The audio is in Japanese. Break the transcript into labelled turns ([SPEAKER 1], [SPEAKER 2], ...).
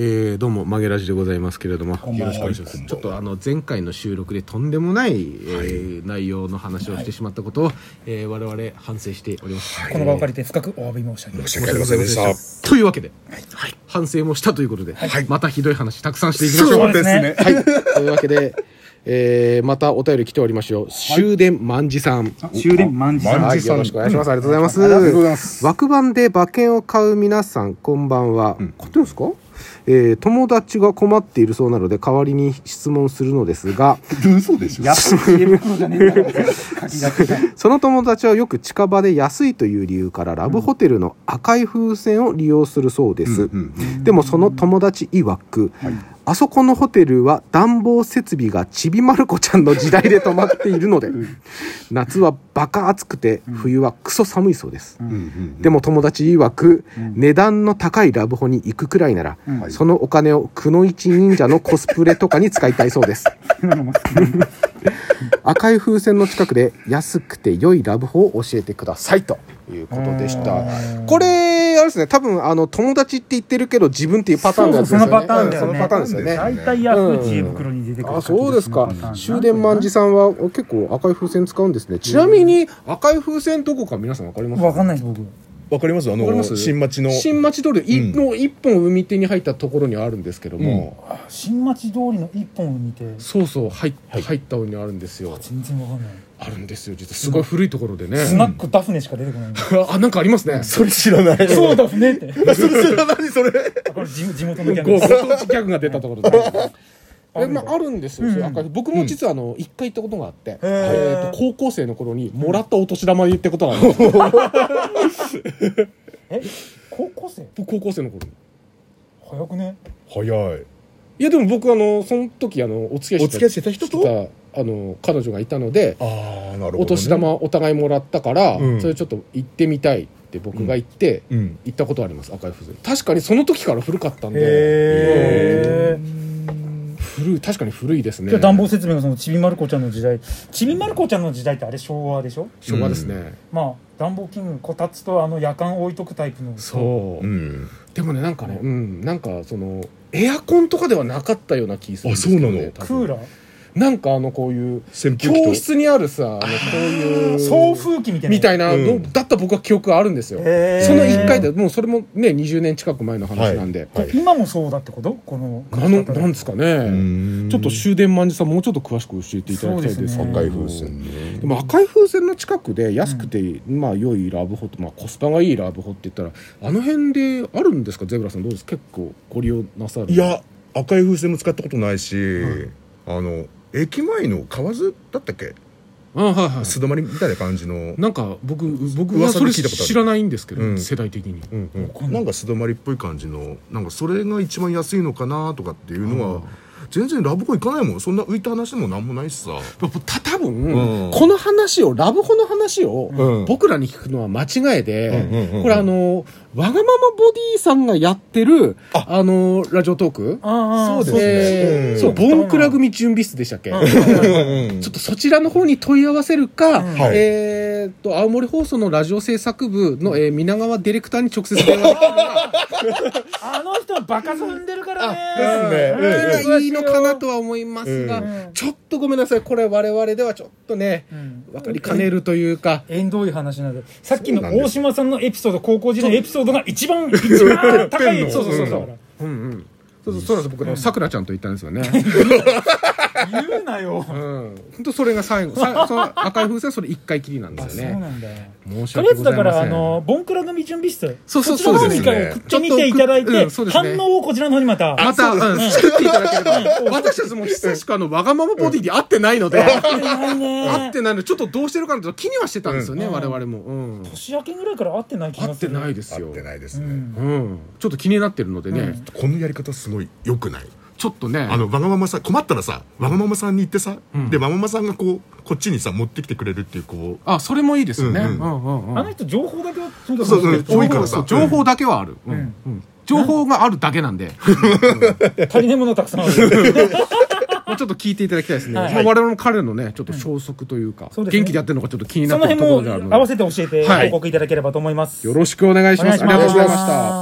[SPEAKER 1] えーどうもマゲラジでございますけれども
[SPEAKER 2] こんばん
[SPEAKER 1] よろ
[SPEAKER 2] は
[SPEAKER 1] しくお願いしま
[SPEAKER 2] こん
[SPEAKER 1] す
[SPEAKER 2] ばん
[SPEAKER 1] ち
[SPEAKER 2] は
[SPEAKER 1] ょっとあの前回の収録でとんでもない、えー内容の話をしてしまったことを、えー我々反省しております、
[SPEAKER 3] この場を借りて深くお詫び申し上げます
[SPEAKER 2] 申し訳ありませんでした。
[SPEAKER 1] というわけで、反省もしたということで、またひどい話たくさんしていきましょう
[SPEAKER 3] そうですね
[SPEAKER 2] は。
[SPEAKER 1] はいい、というわけで、えー、またお便り来ておりますよ。終電万事さん。
[SPEAKER 4] 終電万事さん。
[SPEAKER 2] 万
[SPEAKER 1] はい、
[SPEAKER 2] 事さ
[SPEAKER 1] よ
[SPEAKER 2] ん
[SPEAKER 1] ろしくお願いします。ありがとうございます。
[SPEAKER 2] ありがとうございます
[SPEAKER 1] 枠番で馬券を買う皆さん、こんばんは。買ってるんですかえー、友達が困っているそうなので、代わりに質問するのです が、
[SPEAKER 2] 嘘でしょ
[SPEAKER 4] やっぱ CM 袋じゃねえんだから。書き出しが
[SPEAKER 1] その友達はよく近場で安いという理由からラブホテルの赤い風船を利用するそうです、でもその友達曰く、あそこのホテルは暖房設備がちびまる子ちゃんの時代で止まっているので、夏はバカ暑くて冬はクソ寒いそうです、でも友達曰く、値段の高いラブホに行くくらいなら、
[SPEAKER 2] ん
[SPEAKER 1] そのお金をくの一忍者のコスプレとかに使いたいそう です
[SPEAKER 4] 今のも
[SPEAKER 1] 赤い風船の近くで安くて良いラブホを教えてくださいということでしたこれあれですね多分あの友達って言ってるけど自分っていうパターンのやつですよね
[SPEAKER 3] そうそうそのパターンだよね
[SPEAKER 1] うんそのパターンですよね
[SPEAKER 3] 大体ヤフー知恵袋に出てくる
[SPEAKER 1] あそうですか
[SPEAKER 4] 書き出しのパターン
[SPEAKER 1] 終電万事さんは結構赤い風船使うんですねちなみに赤い風船どこか皆さん分かります
[SPEAKER 3] わかんないです僕
[SPEAKER 2] わかりますあ
[SPEAKER 1] わかりま
[SPEAKER 2] の、
[SPEAKER 1] す
[SPEAKER 2] 新町の。
[SPEAKER 1] 新町通りい
[SPEAKER 2] うん
[SPEAKER 1] の一本海手に入ったところにあるんですけども、
[SPEAKER 3] 新町通りの一本を見て
[SPEAKER 1] そうそう入っ入った方にあるんですよ
[SPEAKER 3] 全然わかんない
[SPEAKER 1] あるんですよ実はすごい古いところでね
[SPEAKER 3] スナックダフネしか出てこない
[SPEAKER 1] あなんかありますね
[SPEAKER 2] それ知らない。
[SPEAKER 3] そうダフネって
[SPEAKER 2] それ知らない、それ。
[SPEAKER 3] あこれ地地元のギャング
[SPEAKER 1] ご
[SPEAKER 3] で
[SPEAKER 1] ご
[SPEAKER 3] す
[SPEAKER 1] 当地ギャグが出たところで
[SPEAKER 3] あ
[SPEAKER 1] え
[SPEAKER 3] るん
[SPEAKER 1] ま
[SPEAKER 3] だ
[SPEAKER 1] あ、あるんですよ、そういう赤い僕も実はあの一回行ったことがあって、えーと高校生の頃にもらったお年玉にってことがあるんですよ
[SPEAKER 3] え高校生
[SPEAKER 1] 僕高校生の頃に
[SPEAKER 3] 早くね
[SPEAKER 2] 早い。
[SPEAKER 1] いやでも僕あのその時あのお付き合
[SPEAKER 2] お
[SPEAKER 1] い
[SPEAKER 2] 付き合い
[SPEAKER 1] し
[SPEAKER 2] してた人
[SPEAKER 1] てた
[SPEAKER 2] と
[SPEAKER 1] あの彼女がいたので
[SPEAKER 2] ああ、なるほどね。
[SPEAKER 1] お年玉お互いもらったから、
[SPEAKER 2] うん
[SPEAKER 1] それちょっと行ってみたいって僕が言って、
[SPEAKER 2] うん。
[SPEAKER 1] 行ったことあります赤い風船確かにその時から古かったんで
[SPEAKER 3] へえ
[SPEAKER 1] 古い確かに古いですね
[SPEAKER 3] 今日暖房設備がそのちびまる子ちゃんの時代ちびまる子ちゃんの時代ってあれ昭和でしょ
[SPEAKER 1] 昭和ですね、
[SPEAKER 3] まあ暖房器具こたつとあの夜間置いとくタイプの
[SPEAKER 1] そう、
[SPEAKER 2] うん。
[SPEAKER 1] でもねなんかねうんなんかそのエアコンとかではなかったような気するんですけど、ね、
[SPEAKER 3] クーラ
[SPEAKER 1] ー
[SPEAKER 3] ー
[SPEAKER 1] なんかあのこういう
[SPEAKER 2] 扇風機と。
[SPEAKER 1] 教室にあるさあのこういう
[SPEAKER 3] 送風機みたいな
[SPEAKER 1] みたいな、
[SPEAKER 2] うん
[SPEAKER 1] のだった僕は記憶があるんですよ、
[SPEAKER 3] へー
[SPEAKER 1] その1回でもうそれもね20年近く前の話なんで、
[SPEAKER 2] はい。
[SPEAKER 3] 今もそうだってことこの
[SPEAKER 1] あのなんですかね
[SPEAKER 2] ん
[SPEAKER 1] ちょっと終電万事さんもうちょっと詳しく教えていただきたいです
[SPEAKER 3] そうですね
[SPEAKER 2] 赤い風船ね
[SPEAKER 1] で。も赤い風船の近くで安くて、まあ良いラブホと、まあ、コスパがいいラブホって言ったらあの辺であるんですかゼブラさんどうですか結構ご利用なさる
[SPEAKER 2] いや、赤い風船も使ったことないし、あの、駅前の河津だったっけ
[SPEAKER 1] あはいはい
[SPEAKER 2] 素泊まりみたいな感じの。
[SPEAKER 1] なんか僕僕は
[SPEAKER 2] 噂
[SPEAKER 1] そ
[SPEAKER 2] で
[SPEAKER 1] れ
[SPEAKER 2] 聞いたことある
[SPEAKER 1] 知らないんですけど、
[SPEAKER 2] うん
[SPEAKER 1] 世代的に
[SPEAKER 2] うんうん、なんか素泊まりっぽい感じのなんかそれが一番安いのかなとかっていうのは全然ラブコ行かないもんそんな浮いた話でもなんもないしさ
[SPEAKER 1] た多分、
[SPEAKER 2] うん
[SPEAKER 1] この話をラブホの話を、
[SPEAKER 2] うん
[SPEAKER 1] 僕らに聞くのは間違いで、
[SPEAKER 2] うんうんうんうん
[SPEAKER 1] これあのわがままボディさんがやってるあのラジオトーク
[SPEAKER 3] ああ
[SPEAKER 2] そうですね
[SPEAKER 1] えー
[SPEAKER 2] うん
[SPEAKER 1] そうボンクラ組準備室でしたっけ、
[SPEAKER 2] うん
[SPEAKER 1] ちょっとそちらの方に問い合わせるか、
[SPEAKER 3] うん
[SPEAKER 2] はい
[SPEAKER 1] えーっと、青森放送のラジオ制作部の、えー、皆川ディレクターに直接電話でき るか
[SPEAKER 3] あの人はバカ踏んでるから
[SPEAKER 2] あで
[SPEAKER 3] ね
[SPEAKER 2] すねうん
[SPEAKER 1] らいいのかなとは思いますが、
[SPEAKER 3] うん
[SPEAKER 1] ちょっとごめんなさい、これ我々ではちょっとね、
[SPEAKER 3] うん
[SPEAKER 1] 分かりかねるというか、
[SPEAKER 3] 縁遠い話なんでさっきの
[SPEAKER 2] そうなんです
[SPEAKER 3] 大島さんのエピソード高校時代のエピソードが一番一番高いそうそうそうそう
[SPEAKER 1] うんうん。そうそうそうなんです僕あのさくらちゃんと行ったんですよね。
[SPEAKER 3] 言うなよ
[SPEAKER 1] うん。本当それが最後。さその赤い風船はそれ一回きりなんです
[SPEAKER 3] そう
[SPEAKER 1] よね。
[SPEAKER 3] なんだ
[SPEAKER 1] 申し
[SPEAKER 3] とりあ
[SPEAKER 1] 訳
[SPEAKER 3] え
[SPEAKER 1] ご
[SPEAKER 3] ず
[SPEAKER 1] ざい
[SPEAKER 3] だか
[SPEAKER 1] ません。
[SPEAKER 3] らあのボンクラ組準備室
[SPEAKER 1] そうそう
[SPEAKER 3] そっちの方に一
[SPEAKER 2] そ
[SPEAKER 3] 回
[SPEAKER 2] うです
[SPEAKER 3] 送
[SPEAKER 2] ね
[SPEAKER 3] ってみていただい
[SPEAKER 1] ちょっと送っ
[SPEAKER 3] て
[SPEAKER 1] うんそうですね
[SPEAKER 3] 反応をこちらの方にまた
[SPEAKER 1] また、うん、作っていただければ。私たちも久しくあの、わがままボディで会ってないので、
[SPEAKER 3] 会ってないね
[SPEAKER 1] 会ってないので、ちょっとどうしてるかなと気にはしてたんですよね、
[SPEAKER 3] うん
[SPEAKER 1] 我々も。うん。会
[SPEAKER 3] 年明けぐらいから会ってない気が
[SPEAKER 1] っ
[SPEAKER 3] す
[SPEAKER 1] て
[SPEAKER 3] る
[SPEAKER 1] ないです
[SPEAKER 2] 合
[SPEAKER 1] よ
[SPEAKER 2] っ。てないです
[SPEAKER 3] う
[SPEAKER 2] ね、
[SPEAKER 3] ん
[SPEAKER 1] うん。ちょっと気になってるのでね、
[SPEAKER 3] うん
[SPEAKER 2] このやり方すごい良くない
[SPEAKER 1] ちょっとね、
[SPEAKER 2] あのわがままさん困ったらさわがままさんに行ってさ、
[SPEAKER 1] うん
[SPEAKER 2] でわがままさんがこうこっちにさ持ってきてくれるっていうこ
[SPEAKER 1] あ、それもいいですよね。
[SPEAKER 2] うんうん
[SPEAKER 1] うんうん
[SPEAKER 3] あの人情報だけはとにかく
[SPEAKER 2] そううん多いから
[SPEAKER 1] そ
[SPEAKER 2] さ
[SPEAKER 1] う情報だけはある、うんうん情報があるだけなん で、
[SPEAKER 3] 足りないものはたくさんあ る
[SPEAKER 1] まあちょっと聞いていただきたいですね、
[SPEAKER 3] はい
[SPEAKER 1] まあ、我々も彼のねちょっと消息というか、
[SPEAKER 3] そうですね
[SPEAKER 1] 元気でやってるのかちょっと気にな
[SPEAKER 3] そ
[SPEAKER 1] ってる
[SPEAKER 3] の
[SPEAKER 1] ところ
[SPEAKER 3] 辺
[SPEAKER 1] である
[SPEAKER 3] も合
[SPEAKER 1] の
[SPEAKER 3] わ
[SPEAKER 1] で
[SPEAKER 3] せて教えて
[SPEAKER 1] はい
[SPEAKER 3] 報告いただければと思います
[SPEAKER 1] よろしくお願いします
[SPEAKER 3] お願いしま
[SPEAKER 1] ありがとう
[SPEAKER 3] す
[SPEAKER 1] ございました